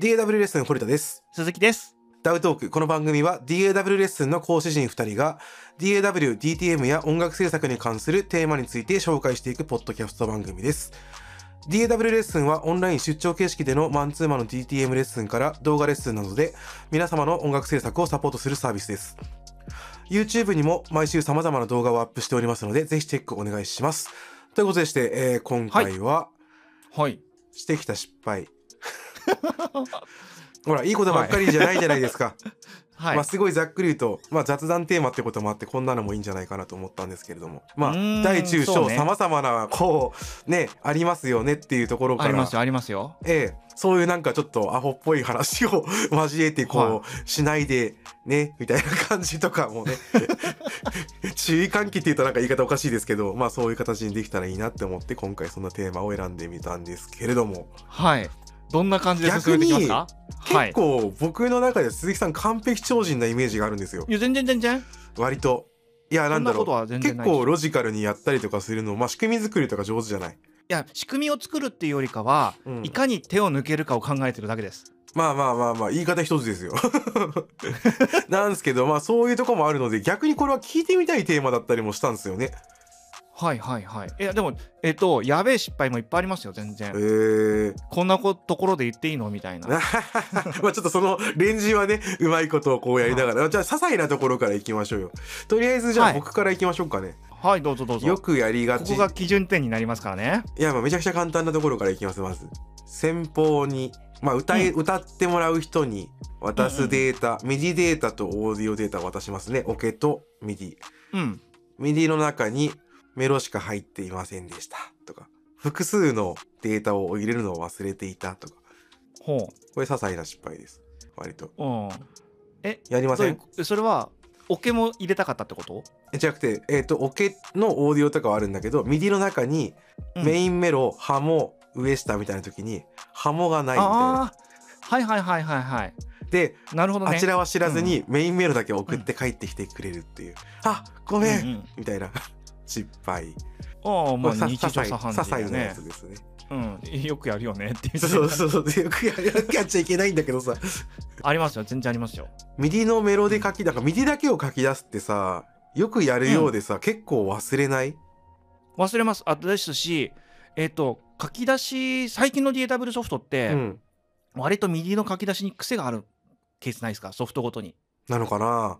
DAW レッスン堀田です。鈴木です。ダウトーク。この番組は DAW レッスンの講師陣2人が DAW、DTM や音楽制作に関するテーマについて紹介していくポッドキャスト番組です。DAW レッスンはオンライン出張形式でのマンツーマンの DTM レッスンから動画レッスンなどで皆様の音楽制作をサポートするサービスです。YouTube にも毎週様々な動画をアップしておりますので、ぜひチェックお願いします。ということでして、えー今回は、はい。してきた失 敗ほらいいことばっかりじゃないじゃないですか、はい。まあすごいざっくり言うと、まあ、雑談テーマってこともあってこんなのもいいんじゃないかなと思ったんですけれどもまうーあん大中そ小うねさまざまなこうねありますよねっていうところあかりらますよ、ありますよ。ええ、そういうなんかちょっとアホっぽい話を交えてこう、はしないでねみたいな感じとかも ね注意喚起っていうとなんか言い方おかしいですけどまあそういう形にできたらいいなって思って今回そんなテーマを選んでみたんですけれども。はい。どんな感じで進めていきますかはい結。構僕の中で鈴木さん完璧超人なイメージがあるんですよいや、全然全然。割といやそなんんだなろことうは全然結ないでしょ。構ロジカルにやったりとかするのまあ仕組み作りとか上手じゃない、いや、仕組みを作るっていうよりかは、うんいかに手を抜けるかを考えてるだけです。まあまあまあまあ言い方一つですよ なんですけどまあそういうとこもあるので逆にこれは聞いてみたいテーマだったりもしたんですよねはいはいはい。いや、でも、えっと、やべえ失敗もいっぱいありますよ、全え然。ー、こんなこところで言っていいのみたいな。まあちょっとそのレンジはねうまいことをこうやりながらじゃあ些細なところからいきましょうよとりあえずじゃはあい僕からいきましょうかね、はい、どうぞどうぞ。よくやりがこちこが基準点になりますからね。いやまあめちゃくちゃ簡単なところからいきますまず先方に、まあ歌い歌ってもらう人に渡すデータ、ミディデータとオーディオデータを渡しますねオケとミディうん。ミディの中にメロしか入っていませんでしたとか複数のデータを入れるのを忘れていたとかほこれ些細な失敗です割とう。うん。え、やりまどうせいんうそれは、オケも入れたかったってことえじゃなくてえっ、とオケのオーディオとかはあるんだけどミディの中にうんメインメロ、ハモ上下みたいな時にハモがないみたいなああーはいはいはいはいはいでなるほどねあちらは知らずにメインメールだけ送って帰ってきてくれるっていう、あごめん、うんうんみたいな 失敗ああまあさ日常茶些細飯些細事だなやねつですねうん よくやるよねっていうそうそうそうでよくやっちゃいけないんだけどさありますよ全然ありますよミディのメロで書きだからミディだけを書き出すってさよくやるようでさ、結構忘れない忘れますあとですしえっ、と書き出し最近の DAW ソフトっうて、ん割と右の書き出しに癖があるケースないですかソフトごとになのかな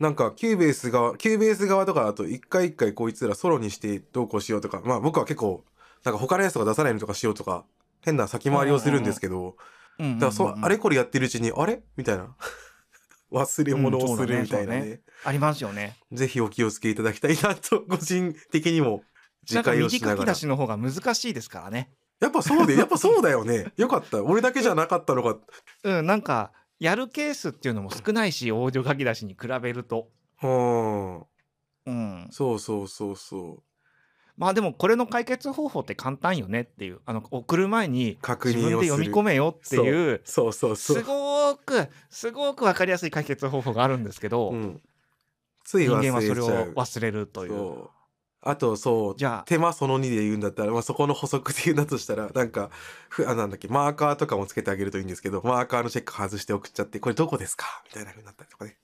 なんかキューベース側キューベース側とかだと一回一回こいつらソロにしてどうこうしようとかまあ僕は結構なんか他のやつとか出さないのとかしようとか変な先回りをするんですけど、うんうんうんうんだからそう、あれこれやってるうちにあれみたいな 忘れ物をするうみんそうただねいなね,、そうありますよねぜひお気をつけいただきたいなと 個人的にも自なんか戒を右し書ながきら出しの方が難しいですからねやっぱそう でやっぱそうだよねよかった俺だけじゃなかったのかうんなんかやるケースっていうのも少ないしオーディオ書き出しに比べるとうんうんそうそうそうそうまあでもこれの解決方法って簡単よねっていうあの送る前に確自認分をるです読み込めよっていうそうそうそうすごーくすごーく分かりやすい解決方法があるんですけど、うん、つい人忘間はそれれちをゃう忘れるというそうあとそうじゃあ手間その2で言うんだったら、まあ、そこの補足で言うんだとしたらなんかふあなんだっけマーカーとかもつけてあげるといいんですけどマーカーのチェック外して送っちゃってこれどこですかみたいな風になったりとかね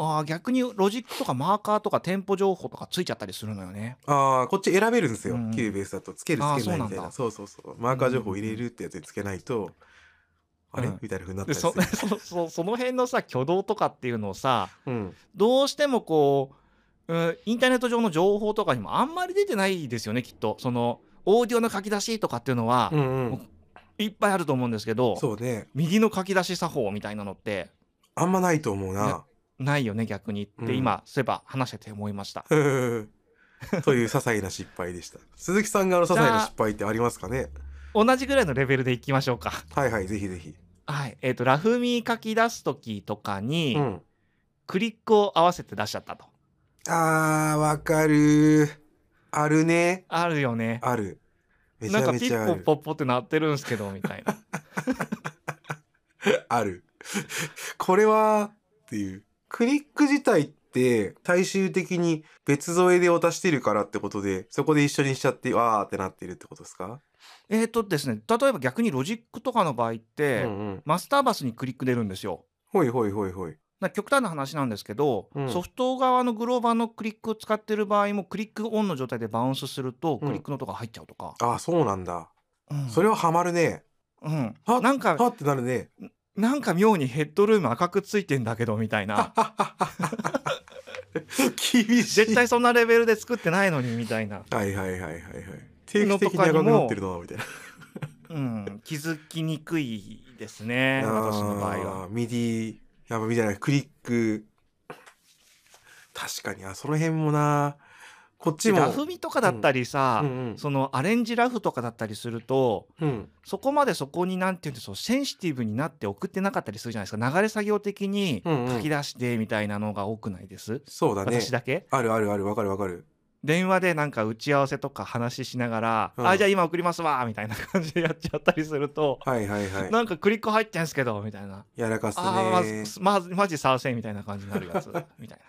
あー逆にロジックとかマーカーとかテンポ情報とかついちゃったりするのよねああこっち選べるんですよ、うんキューベースだとつけるあーつけないみたそういなんなだそうそうそうマーカー情報入れるってやつにつけないと、あれうんみたいな風になったでりするそそ そその辺のさ挙動とかっていうのをさうん、どうしてもこう、うん、インターネット上の情報とかにもあんまり出てないですよねきっとそのオーディオの書き出しとかっていうのはうんうんいっぱいあると思うんですけど、そうね右の書き出し作法みたいなのってあんまないと思うな。ないよね逆にって、うん今そういえば話してて思いましたうん という些細な失敗でした。鈴木さんがあの些細な失敗ってありますかね同じぐらいのレベルでいきましょうかはい はい、ぜひぜひ。はいえっ、とラフミー書き出す時とかに、うん。クリックを合わせて出しちゃったとあー、わかるあるね。あるよねある。めちなんゃかめピちゃッあポるッ。ポッポってなってるんすけどみた いなある。 これは、っていう。クリック自体って、最終的に別添えで渡してるからってことで、そこで一緒にしちゃって、わーってなってるってことですかえーとですね、例えば逆にロジックとかの場合って、うんうん、マスターバスにクリック出るんですよ。ほいほいほいほい。な極端な話なんですけど、うんソフト側のグローバーのクリックを使ってる場合もクリックオンの状態でバウンスするとうんクリックの音が入っちゃうとか、ああ、そうなんだ。うんそれはハマるね。うんあなんかはってなるね。なんか妙にヘッドルーム赤くついてんだけどみたいな 厳しい。絶対そんなレベルで作ってないのにみたいな、はいはいはいはいはい。定期的に赤くなってるなみたいな。うん、気づきにくいですね私の場合は。あーミディやっぱみたいなクリック確かにあその辺もなこっちもラフみとかだったりさ、うんうんそのアレンジラフとかだったりするとうんそこまでそこになんていうんでしょうセンシティブになって送ってなかったりするじゃないですか流れ作業的にうんうん書き出してみたいなのが多くないです、そうだね私だけあるあるあるわかるわかる電話でなんか打ち合わせとか話ししながら、うんあじゃあ今送りますわみたいな感じでやっちゃったりすると、はいはいはいなんかクリック入ってんすけどみたいな。やらかすあねーまずまずマジサーセンみたいな感じになるやつみたい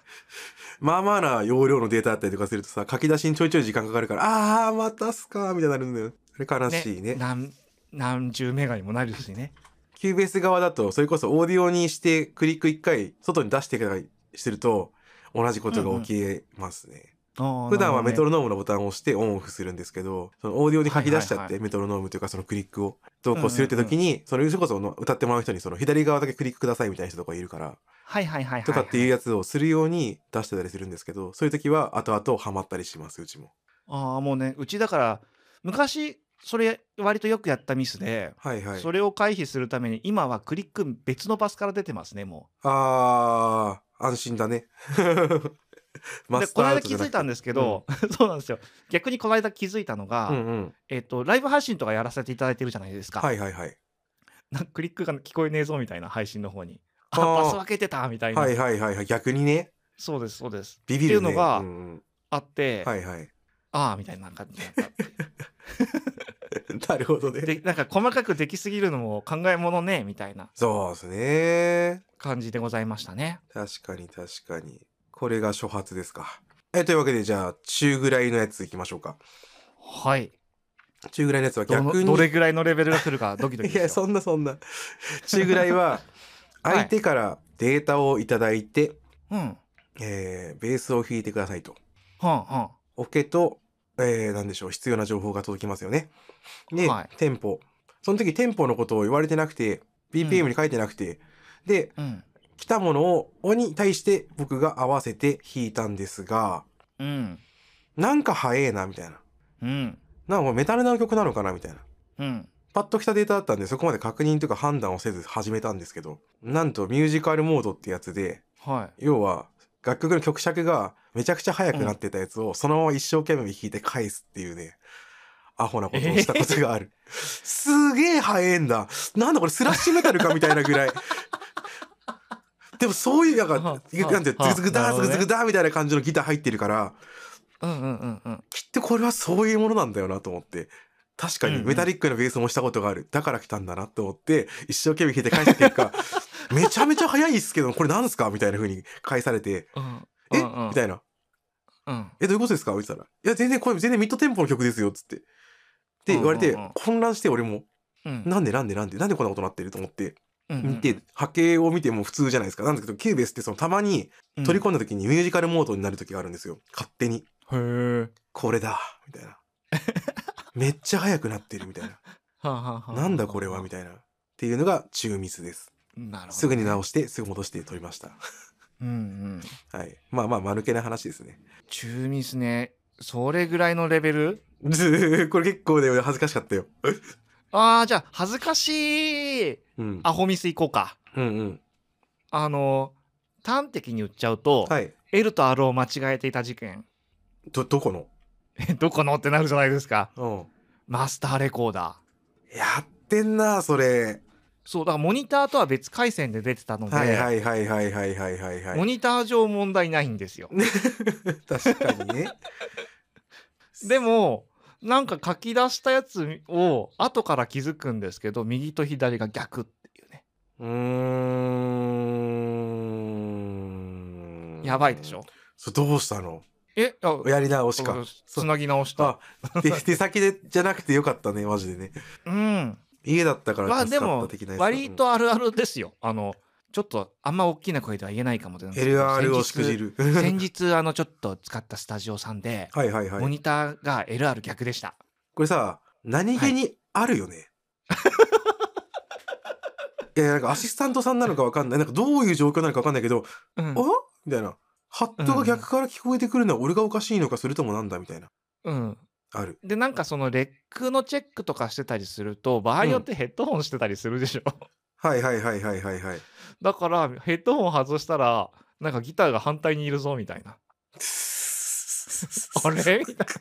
まあまあな容量のデータだったりとかするとさ書き出しにちょいちょい時間かかるからあーまたっすかみたいになるんだよそれ悲 な、しいね何何十メガにもなるしねキューベース側だとそれこそオーディオにしてクリック1回外に出してからしてると同じことが起きますね、普普段はメトロノームのボタンを押してオンオフするんですけど、そのオーディオに書き出しちはゃっいはいて、メトロノームというかそのクリックを投稿するって時に、その、それこそ歌ってもらう人にその左側だけクリックくださいみたいな人とかいるから、はいはいはいはい、はい、とかっていうやつをするように出してたりするんですけど、そういう時は後々ハマったりします、うちも。ああもうねうちだから昔それ割とよくやったミスで、はいはい。それを回避するために今はクリック別のバスから出てますねもあー、安心だ ね。う。マでスこターアウの間ト気じゃなづくいたんですけど、 そうなんですよ逆にこの間気づいたのが、うんうん。えっとライブ配信とかやらせていただいてるじゃないですか,、はいはいはい。なんかクリックが聞こえねえぞみたいな配信の方にああーバス分けてたみたいな、はいはいはいはい。逆にね、そうですそうですビビるね。っていうのがんんあって、はいはい。 ああみたいな感じになったっていうなるほど ね。でなんか細かくできすぎるのも考えものねみたいなそうですね。感じでございましたね確かに確かに。これが初発ですか。え、というわけで、じゃあ、中ぐらいのやついきましょうか。はい中ぐらいのやつはどの逆に。どれぐらいのレベルが来るかドキド キいでや、すよ。そんなそんな。中ぐらいは、 はい相手からデータをいただいて、うん。はえーベースを弾いてくださいと。あはオケと、えー、なんでしょう、必要な情報が届きますよね。で、はいテンポ。その時、テンポのことを言われてなくて、BPM に書いてなくて、で、あ。うん。来たものを、おに対して僕が合わせて弾いたんですが、うん。なんか早えな、みたいな。うん。なんかこれメタルな曲なのかなみたいな。うん。パッと来たデータだったんで、そこまで確認というか判断をせず始めたんですけど、なんとミュージカルモードってやつで、はい。要は楽曲の曲尺がめちゃくちゃ速くなってたやつを、そのまま一生懸命弾いて返すっていうね、アホなことをしたことがあ る。すげえ速えんだ。なんだこれスラッシュメタルかみたいなぐらい。でもそういう、なんか、はあなんて、ズはあグズグなダるー、ズほどグねズグダーみたいな感じのギター入ってるから、うんうんうんうん。きっとこれはそういうものなんだよなと思って確かうにんうんメタリックなベースもしたことがある、だから来たんだなと思って一生懸命弾いて返した結 果めちゃめちゃ早いっすけどこれなんすかみたいな風に返されてうん。 「え、うんうんみたいなうん。 「えどういうことですか?」って言ったら「いや全然これ全然ミッドテンポの曲ですよ」っつって。って言われて、うんうんうん混乱して俺もうん。なんでなんでなんでなんでこんなことなってると思ってうんうん見て、波形を見ても普通じゃないですかなんだけどキューベースってそのたまにうん取り込んだ時にミュージカルモードになる時があるんですよ勝手にへえ。これだみたいなめっちゃ速くなってるみたいな はあはあはあ。なんだこれはみたいなっていうのが中ミスですなるほど。すぐに。直してすぐ戻して撮りましたうんうん。はいまあまあ間抜けな話ですね中ミスね。それぐらいのレベルこれ結構ね恥ずかしかったよああ、じゃあ、恥ずかしい。うんアホミスいこうか。うんうんあの、端的に言っちゃうと、はい L と R を間違えていた事件。 どどこのえどこのってなるじゃないですか。うマスターレコーダー。んやってんなそれそうだからモニターとは別回線で出てたので、はいはいはいはいはいはいはいはモいニター上問題ないんですよ。 確かにね でもなんか書き出したやつを後から気づくんですけど右と左が逆っていうねうーんやばいでしょ。それどうしたのえあやり直しか。つなぎ直したあで手先でじゃなくてよかったねマジでねうん家だったかまらあ助でかったも的なやつ割とあるあるですよあのちょっとあんま大きな声では言えないかもってなんですけど LR をしくじる先日先日あのちょっと使ったスタジオさんで、 はいはいはモいニターが LR 逆でしたこれさ何気にあるよね、 い、やなんかアシスタントさんなのかわかんないなんかどういう状況なのかわかんないけど「うんあみたいなハットが逆から聞こえてくるのは俺がおかしいのかそれともなんだみたいなうんあるでなんかそのレックのチェックとかしてたりすると場合によってヘッドホンしてたりするでしょ、 はいはいはいはいはいはいだからヘッドホン外したらなんかギターが反対にいるぞみたいな あれみたいな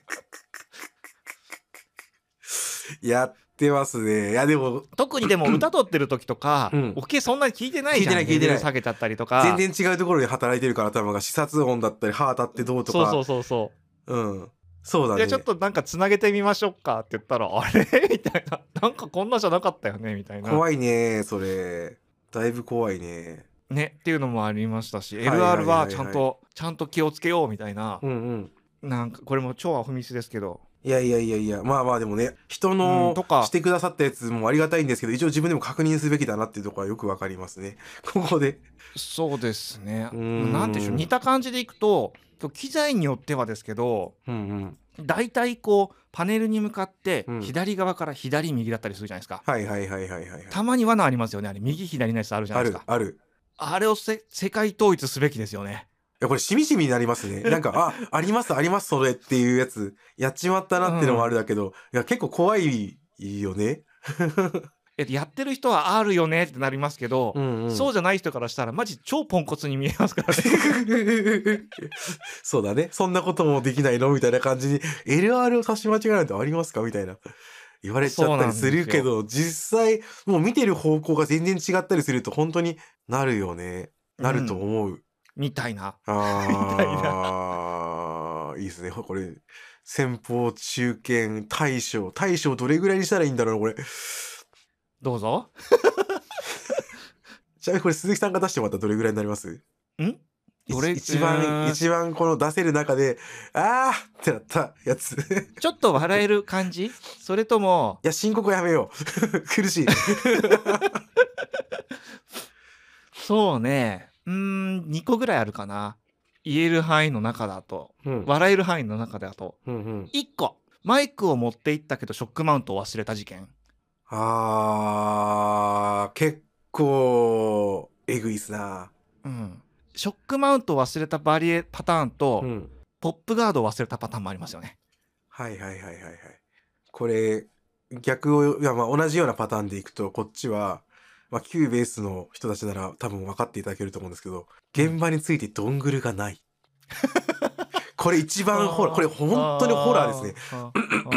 やってますねいやでも特にでも歌撮ってる時とか、うんおけそんなに聞いてないじゃん聞いてない聞いてないレベル下げちゃったりとか全然違うところで働いてるから頭が視察音だったり歯当たってどうとかそうそうそうそううんそうだじねゃあちょっとなんかつなげてみましょうかって言ったら あれみたいななんかこんなじゃなかったよねみたいな怖いねそれだいぶ怖いねねっていうのもありましたしいはいはいはい LR はちゃんとちゃんと気をつけようみたいなうんうんなんかこれも超アホミスですけどいやいやいやいやまあまあでもね人うのんとかしてくださったやつもありがたいんですけど一応自分でも確認すべきだなっていうところはよくわかりますね ここでそうですねうーんなんでしょう似た感じでいくと機材によってはですけどうんうん大体こうパネルに向かってうん左側から左右だったりするじゃないですか、はいはいはいはいはいはいたまに罠ありますよねあれ右左のやつあるじゃなあいでるすかあるあれをせ世界統一すべきですよねいやこれしみじみになります ねなんかあありますありますそれっていうやつやっちまったなっていうのもあるだけど、いや結構怖いよねえっとやってる人はあるよねってなりますけど、ん、うそうじゃない人からしたらマジ超ポンコツに見えますからね そうだね。そんなこともできないのみたいな感じに、LR を差し間違えなんてありますかみたいな。言われちゃったりするけど、実際、もう見てる方向が全然違ったりすると、本当になるよね。なるとうん思う。 みたいなあー、いいですね。これ、先方、中堅、大将。大将どれぐらいにしたらいいんだろうこれ。どうぞちなみにこれ、鈴木さんが出してもらったらどれぐらいになりますんどれ一うー番、ん一番この出せる中で、あーってなったやつ。 ちょっと笑える感じそれともいや、申告はやめよう。 苦しい。そうねうーん2個ぐらいあるかな言える範囲の中だとうん笑える範囲の中だと1個マイクを持って行ったけどショックマウントを忘れた事件あー、結構、えぐいっすな。うんショックマウントを忘れたバリエパターンと、ん。ポップガードを忘れたパターンもありますよねはいはいはいはいはい。これ、逆を、いや、まあ同じようなパターンでいくと、こっちは、まあ、旧ベースの人たちなら多分分かっていただけると思うんですけど、現場についてドングルがない。これ一番ホラー、これ本当にホラーですね。あー。あー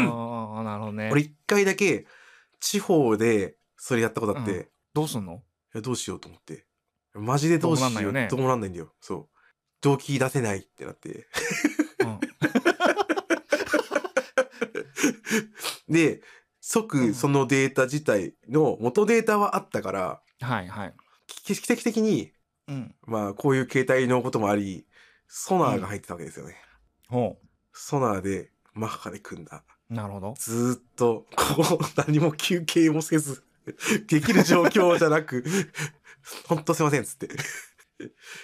あーなるほどね。俺一回だけ、地方でそれやったことあって、うんどうすんの？いやどうしようと思って。マジでどうしよう。どうもなんないよねどうもなんないんだよ。そう。動機出せないってなって。うんで、即そのデータ自体の元データはあったから、はいはい。き奇跡的に、うん。まあこういう携帯のこともあり、ソナーが入ってたわけですよね。ほソナーでマッハで組んだ。う。なるほど。ずーっと、こう、何も休憩もせず、 できる状況じゃなく、 ほんとすいませんっつって。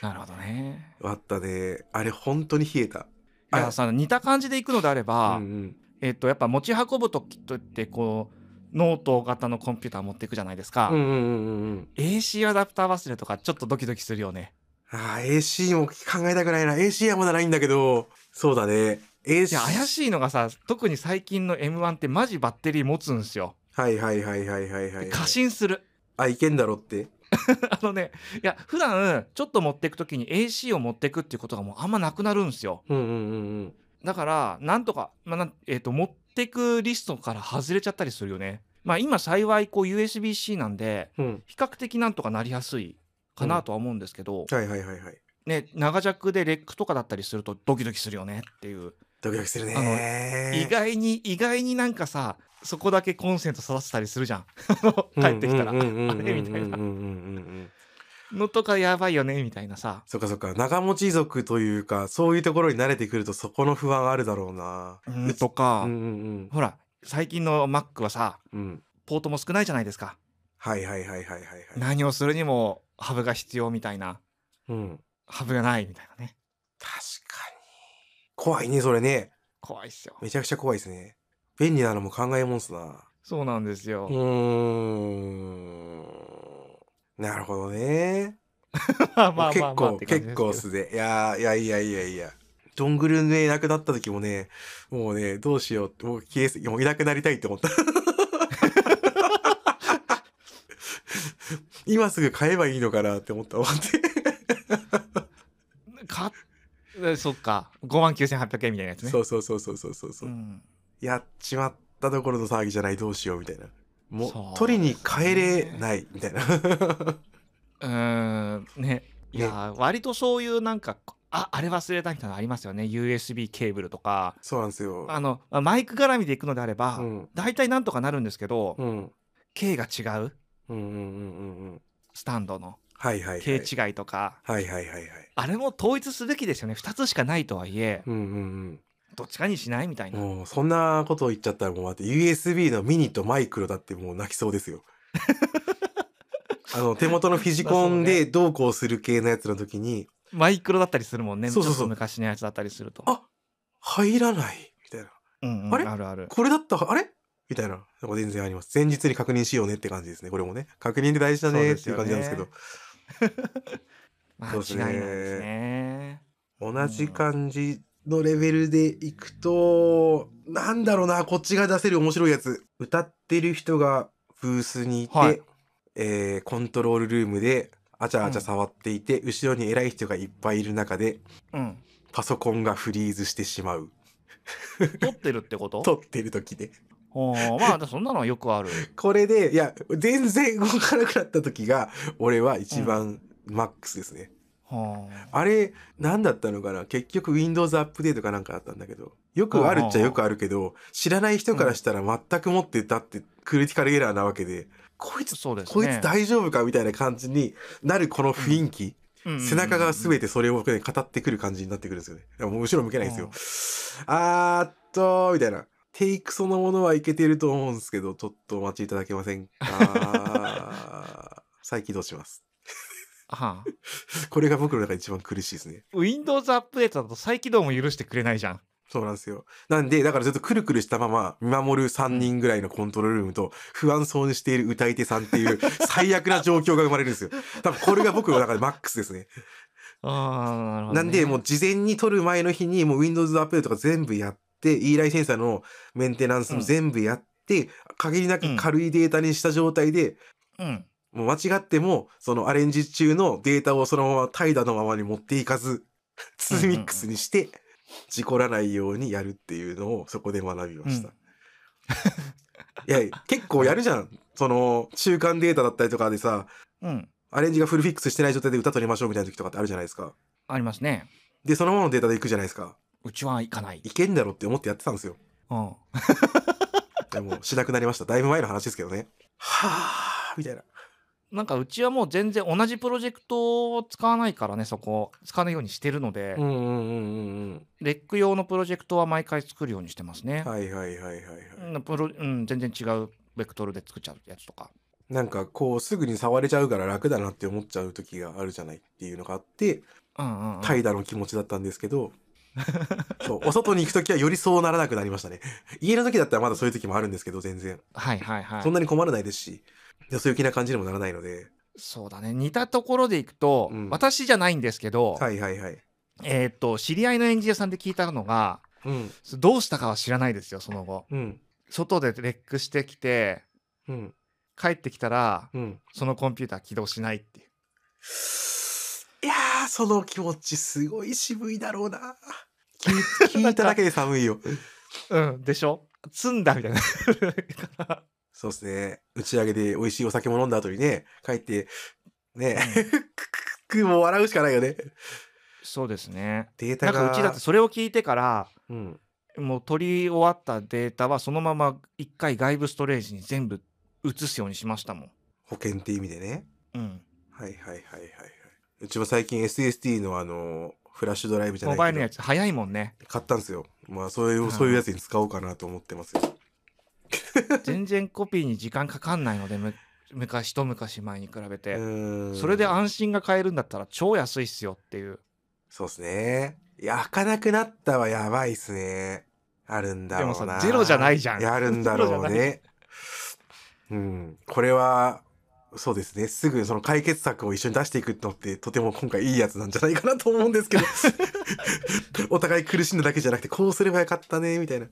なるほどね。あったね。あれ本当に冷えた。いあやさ似た感じでいくのであれば、うんうん。えっ、とやっぱ持ち運ぶときってこうノート型のコンピューター持っていくじゃないですか。うんうんうんうんうん。 AC アダプター忘れとかちょっとドキドキするよね。ああ、AC も考えたくないな。AC はまだないんだけど、そうだね。い AC。や怪しいのがさ特に最近の M1 ってマジバッテリー持つんですよ。はいはいはいはいはいはい。過信する。 あ、いけんだろって。あのねいや普段ちょっと持っていくときに AC を持っていくっていうことがもうあんまなくなるんですよ。うんうんうんだからなんとか、まあなんえー、と持ってくリストから外れちゃったりするよね。まあ、今幸いこう USB-C なんでうん。うん。比較的なんとかなりやすいかなとは思うんですけど、はいはいはいはい。ね、長尺でレックとかだったりするとドキドキするよねっていう、ドキドキするあのね。意外に意外になんかさそこだけコンセント刺させたりするじゃんあの帰ってきたら、うんうんうんうんうんうんうんうんあれみたいなうんうんうんうんのとかやばいよねみたいなさそっかそっか長持ち族というかそういうところに慣れてくるとそこの不安あるだろうなうんとか、うんうんほら最近の Mac はさうんうんポートも少ないじゃないですかはいはいはいはいはいはい何をするにもハブが必要みたいなうんハブがないみたいなね確かに怖いねそれね怖いっすよめちゃくちゃ怖いですね便利なのも考えもんすなそうなんですよ、うーんなるほどね まあまあ結まあまあ構って感じで結すけど構素 でいやーいやいやいやいやどんぐるねいなくなった時もねもうねどうしようってもう消えすもういなくなりたいって思っ た今すぐ買えばいいのかなって思った思ってかえそっか5万9800円みたいなやつねそうそうそうそうそうそうそう、ん、やっちまったところの騒ぎじゃないどうしようみたいなそうもねう取りに帰れないみたいな うーんねいやー割とそういうなんかああれ忘れたみたいなのありますよね USB ケーブルとかそうなんですよあのまあマイク絡みでいくのであれば、うん大体なんとかなるんですけど、うん径が違ううんうんうんうんうんスタンドのはいはいはい径違いとか、はいはいはいはいあれも統一すべきですよね2つしかないとはいえ、うんうんどっちかにしないみたいうんな、もうそんなことを言っちゃったらもう待って USB のミニとマイクロだってもう泣きそうです よあの手元のフィジコンでどうこうする系のやつの時にマイクロだったりするもんねそうそうそうちょっと昔のやつだったりするとあ入らないみたいなうんうんあれあるあるこれだったらあれみたいなのが全然あります前日に確認しようねって感じですねこれもね確認で大事だねっていう感じなん ですけどまあそう違ですいねないですね同じ感じのレベルでいくと、なんだろうなこっちが出せる面白いやつ歌ってる人がブースにいて、はいえーコントロールルームであちゃあちゃ触っていて、後ろに偉い人がいっぱいいる中で うんパソコンがフリーズしてしまう撮ってるってこと撮ってる時でおーまあそんなのはよくあるこれでいや全然動かなくなった時が俺は一番マックスですね、はあれ何だったのかな結局 Windows アップデートかなんかだったんだけどよくあるっちゃよくあるけど知らない人からしたら全く持ってたってクリティカルエラーなわけでこいあつそうですねこいつ大丈夫かみたいな感じになるこの雰囲気、背中が全ててそれを僕ね語ってくる感じになってくるんですよね。いやもう後ろ向けないですよ。あーっと、みたいな。テイクそのものはいけてると思うんですけど、ちょっとお待ちいただけませんか 再起動します。はあこれが僕の中で一番苦しいですね。 Windows アップデートだと再起動も許してくれないじゃんそうなんですよ。なんで、だからずっとくるくるしたまま見守る3人ぐらいのコントロールルームと不安そうにしている歌い手さんっていう最悪な状況が生まれるんですよ。多分これが僕の中でマックスですね。あーなるほどなね、んで、もう事前に撮る前の日に、もう Windows アップデートが全部やって、e ライセンサーのメンテナンスも全部やって、限りなく軽いデータにした状態で、うんもう間違っても、そのアレンジ中のデータをそのまま怠惰のままに持っていかず、ツーミックスにして、事故らないようにやるっていうのをそこで学びました。いやいや、結構やるじゃん。その、中間データだったりとかでさ、うんアレンジがフルフィックスしてない状態で歌取りましょうみたいな時とかってあるじゃないですか。ありますねで、そのままのデータでいくじゃないですか。うちは行かないいけんだろって思ってやってたんですよ。うんでもしなくなりました。だいぶ前の話ですけどね。はあみたいな。なんかうちはもう全然同じプロジェクトを使わないからねそこ使わないようにしてるので、うんうんうんうんレック用のプロジェクトは毎回作るようにしてますね、うん。はいはいはいはいはい。うんプロうん、全然違うベクトルで作っちゃうやつとかなんかこうすぐに触れちゃうから楽だなって思っちゃう時があるじゃないっていうのがあって、うんうんうん、怠惰の気持ちだったんですけ ど、そうお外に行く時はよりそうならなくなりましたね。 家の時だったらまだそういう時もあるんですけど全然。はいはいはいそんなに困らないですし、よそ行きな感じにもならないので。そうだね似たところでいくと、うん私じゃないんですけど、はいはいはい。えーっと知り合いのエンジニアさんで聞いたのがうんどうしたかは知らないですよその後うん外でレックしてきてうん帰ってきたらうん。そのコンピューター起動しないっていういやー、その気持ちすごい渋いだろうな。聞 い聞いただけで寒いよ。うんでしょ積んだみたいな からそうですね。打ち上げで美味しいお酒も飲んだ後にね、帰って、ね、 うくくくもう笑うしかないよね。そうですねデータなんかが。うちだってそれを聞いてからうん。もう取り終わったデータはそのまま一回外部ストレージに全部移すようにしましたもん保険って意味でね。うんはいはいはいはいはい。うちも最近 SSD のあの、フラッシュドライブじゃモバなイいルのやけつ早いもんね ど、買ったんですよ。まあそういう、うんそういうやつに使おうかなと思ってますよ。全然コピーに時間かかんないのでむ昔と昔前に比べうて、ーんそれで安心が買えるんだったら超安いっすよっていうそうっすね。いや、開かなくなったはやばいっすね。あるんだろうな。でもさゼロじゃないじゃんやるんだろうゼロじゃなね。うん。これは、そうですね。すぐその解決策を一緒に出していくのって、とても今回いいやつなんじゃないかなと思うんですけど。 お互い苦しんだだけじゃなくて、こうすればよかったね、みたいな。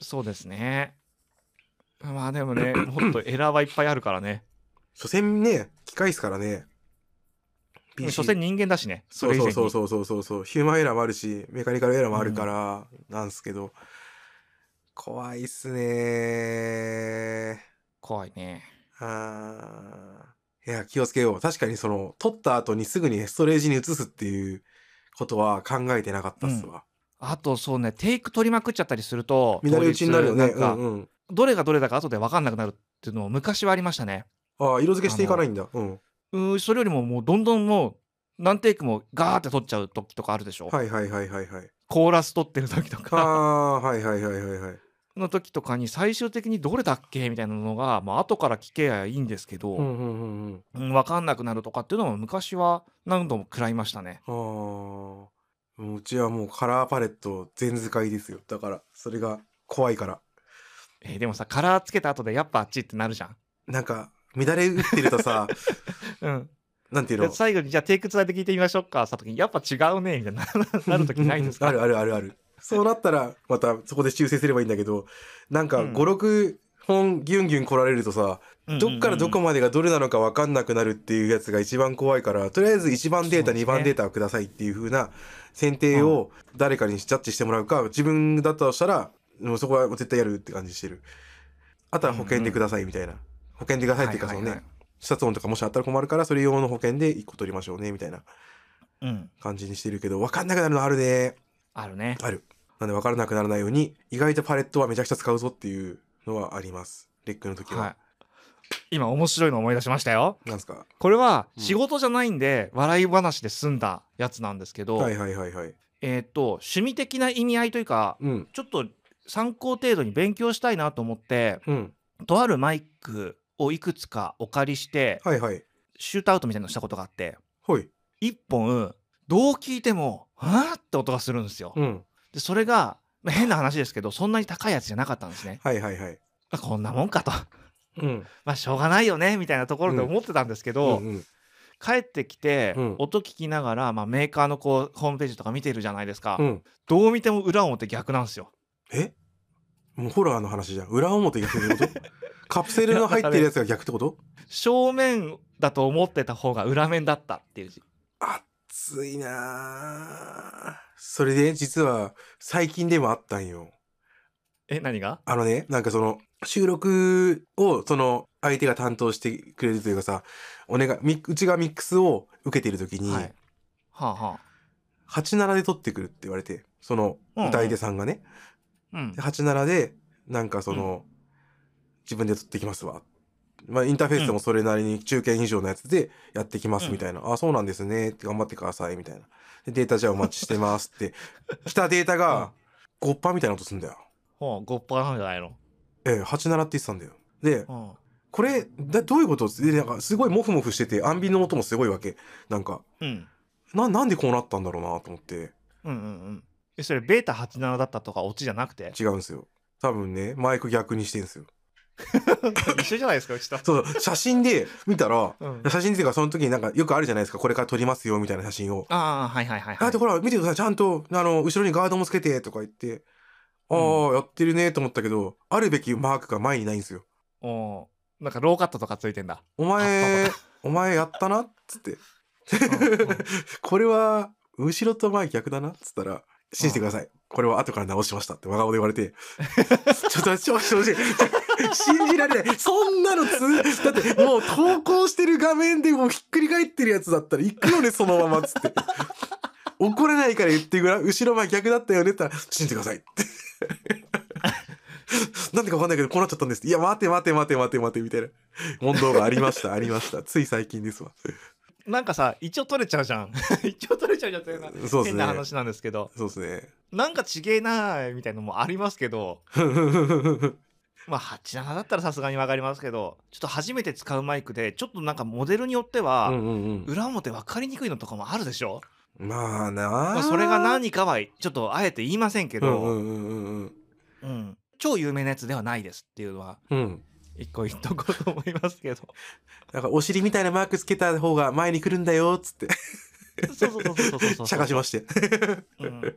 そうですねまあで もねもっとエラーはいっぱいあるからね所詮ね、機械っすからね。PC 所詮人間だしねそうれ以そ前うにそうそうそうそうそうヒューマンエラーもあるしメカニカルエラーもあるからなんですけど、怖いっすね怖いねーあーいや気をつけよう確かにその取った後にすぐにストレージに移すっていうことは考えてなかったっすわ、あとそうねテイク取りまくっちゃったりすると乱れ打ちになるよね当日なんうかんうんどれがどれだか後で分かんなくなるっていうのも昔はありましたねああ色付けしていかないんだうんうーそれよりももうどんどんもう何テイクもガーって取っちゃう時とかあるでしょ、はいはいはいはい はいコーラス取ってる時とあかあはいはいはいはい はいの時とかに最終的にどれだっけみたいなのが、まあ後から聞けやいいんですけど、うんうんうんうん分かんなくなるとかっていうのも昔は何度も食らいましたね。うんああうちはもうカラーパレット全使いですよだからそれが怖いからえーでもさカラーつけた後でやっぱあっちってなるじゃん。なんか乱れ打ってると さうん、なんていうでの最後にじゃあテイク2で聞いてみましょうかさときにやっぱ違うねみたいななる時ないですかあるあるあるあるそうなったらまたそこで修正すればいいんだけどなんかうん56本ギュンギュン来られるとさどっからどこもまでがどれなのか分かんなくなるっていうやつが一番怖いからとりあえず1番データそうですね2番データをくださいっていう風な選定を誰かにジャッジしてもらうか自分だったとしたらもうそこは絶対やるって感じにしてるあとは保険でくださいみたいな保険でくださいっていうかそのね視察音とかもしあったら困るからそれ用の保険で1個取りましょうねみたいなうん、感じにしてるけど分かんなくなるのあるねあるねあるなんで分からなくならないように意外とパレットはめちゃくちゃ使うぞっていうのはありますレックの時は、はい今面白いの思い出しましたよなんすかこれはうん仕事じゃないんで、笑い話で済んだやつなんですけど、はいはいはいはいえーっと趣味的な意味合いというかうんちょっと参考程度に勉強したいなと思ってうんとあるマイクをいくつかお借りしてはいはいシュートアウトみたいなのしたことがあってほい1本どう聞いても「はあ?」って音がするんですよ。うんでそれがまあ変な話ですけどそんなに高いやつじゃなかったんですね。はいはいはいあこんなもんかとうんまあしょうがないよねみたいなところで思ってたんですけど、うんうん帰ってきて、うん音聞きながら、まあ、メーカーのこうホームページとか見てるじゃないですか、うんどう見ても裏表逆なんですよえもうホラーの話じゃん裏表逆ってこと カプセルの入ってるやつが逆ってこと正面だと思ってた方が裏面だったっていう字熱いなあそれで実は最近でもあったんよえ何があのね、なんかその、収録を、その、相手が担当してくれるというかさ、お願い、ミうちがミックスを受けてるときに、はいはあは87で撮ってくるって言われて、その、うんうん歌い手さんがね、あうんで87で、なんかその、自分で撮ってきますわ。まあ、インターフェースでもそれなりに中堅以上のやつでやってきますみたいな。あ、そうなんですね。頑張ってください。みたいな。で、データじゃあお待ちしてますって。 来たデータが、5パみたいな音すんだよ。ほうごっぱなんじゃないの、ええ、87って言ってたんだよ。で、うん、これだどういうことでなんかすごいモフモフしててアンビの音もすごいわけなんかうんななんでこうなったんだろうなと思ってうんうんうんえそれベータ87だったとかオチじゃなくて違うんですよ多分ねマイク逆にしてんですよ 一緒じゃないですかうちと、そう写真で見たらうん、写真っていうかその時になんかよくあるじゃないですかこれから撮りますよみたいな写真をああはいはいはいだはっていほら見てくださいちゃんとあの後ろにガードもつけてとか言ってああ、やってるねと思ったけどあるべきマークが前にないんですよおーなんかローカットとかついてんだ、おあ 前お前やったなっつってうんうんこれは後ろと前逆だなっつったら信じてください、これは後から直しましたって真顔で言われ てちょっと正直正直信じられないそんなのつだってもう投稿してる画面でもうひっくり返ってるやつだったら行くよねそのままっつって 怒らないから言ってごらん後ろ前逆だったよねって言ったら信じてくださいってなんでかわかんないけど、こうなっちゃったんです。いや、待て待て待て待て待て、みたいな。問答がありました、ありました。つい最近ですわ。なんかさ一応取れちゃうじゃん 一応取れちゃうじゃんというのはそうですね変な。話なんですけどそうですね。なんかちげえなーみたいなのもありますけど まあ87だったらさすがに分かりますけどちょっと初めて使うマイクでちょっとなんかモデルによってうはんうん裏表分かりにくいのとかもあるでしょ、うん。まあなまあ、それが何かはちょっとあえて言いませんけうど、んうんうんうんうん超有名なやつではないですっていうのはうん。うん。一個言っとこうと思います けどなんかお尻みたいなマークつけた方が前に来るんだよ、つって、そうそうそうそうそうそうしゃがしまして、 うん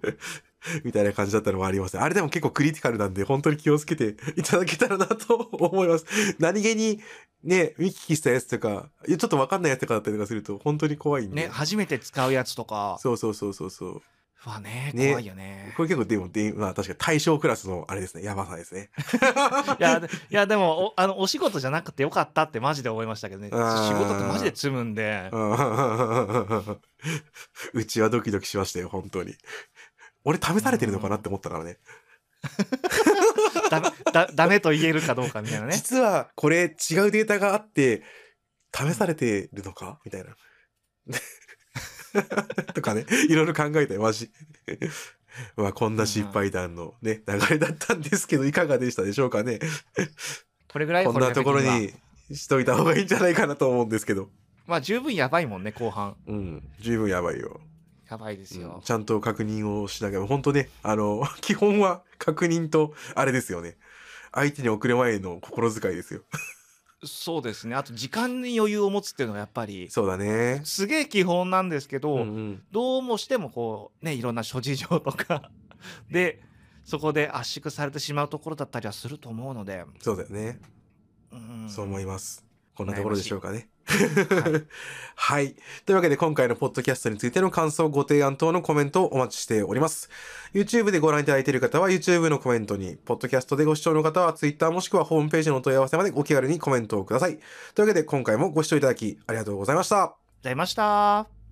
みたいな感じだったのもあります。あれでも結構クリティカルなんで、本当に気をつけていただけたらなと思います。何気に、ね、見聞きしたやつとか、いやちょっとわかんないやつとかだったりとかすると、本当に怖いんで。ね初めて使うやつとかそうそうそうそうそう。はねね怖いよねこれ結構でも、でまあ確かに対象クラスのあれですね、ヤバさですね。いやでいやでもおあのお仕事じゃなくてよかったってマジで思いましたけどね仕あー事ってマジで積むんでうん うちはドキドキしましたよ、本当に。俺試されてるのかなって思ったからね。ダメだダメと言えるかどうかみたいな ね実はこれ違うデータがあって、試されてるのかみたいな。 とかね、いろいろ考えたよ、マジ。 まあこんな失敗談のね、流れだったんですけど、いかがでしたでしょうかね。これぐらいこんなところ掘り下げにしといた方がいいんじゃないかなと思うんですけど。はまあ十分やばいもんね後半うん、十分やばいよ。やばいですうんよ、ちゃんと確認をしながら本当ねあの 基本は確認とあれですよね相手に送る前の心遣いですよそうですねあと時間に余裕を持つっていうのはやっぱりそうだねすげえ基本なんですけうど、んうんどうもしてもこうねいろんな諸事情とかでそこで圧縮されてしまうところだったりはすると思うので、そうだよね、うんそう思いますこんなところでしょうかねしい はい。というわけで今回のポッドキャストについての感想、ご提案等のコメントをお待ちしております。YouTube でご覧いただいている方は YouTube のコメントに、ポッドキャストでご視聴の方は Twitter もしくはホームページのお問い合わせまでご気軽にコメントをください。というわけで今回もご視聴いただきありがとうございました。ございました。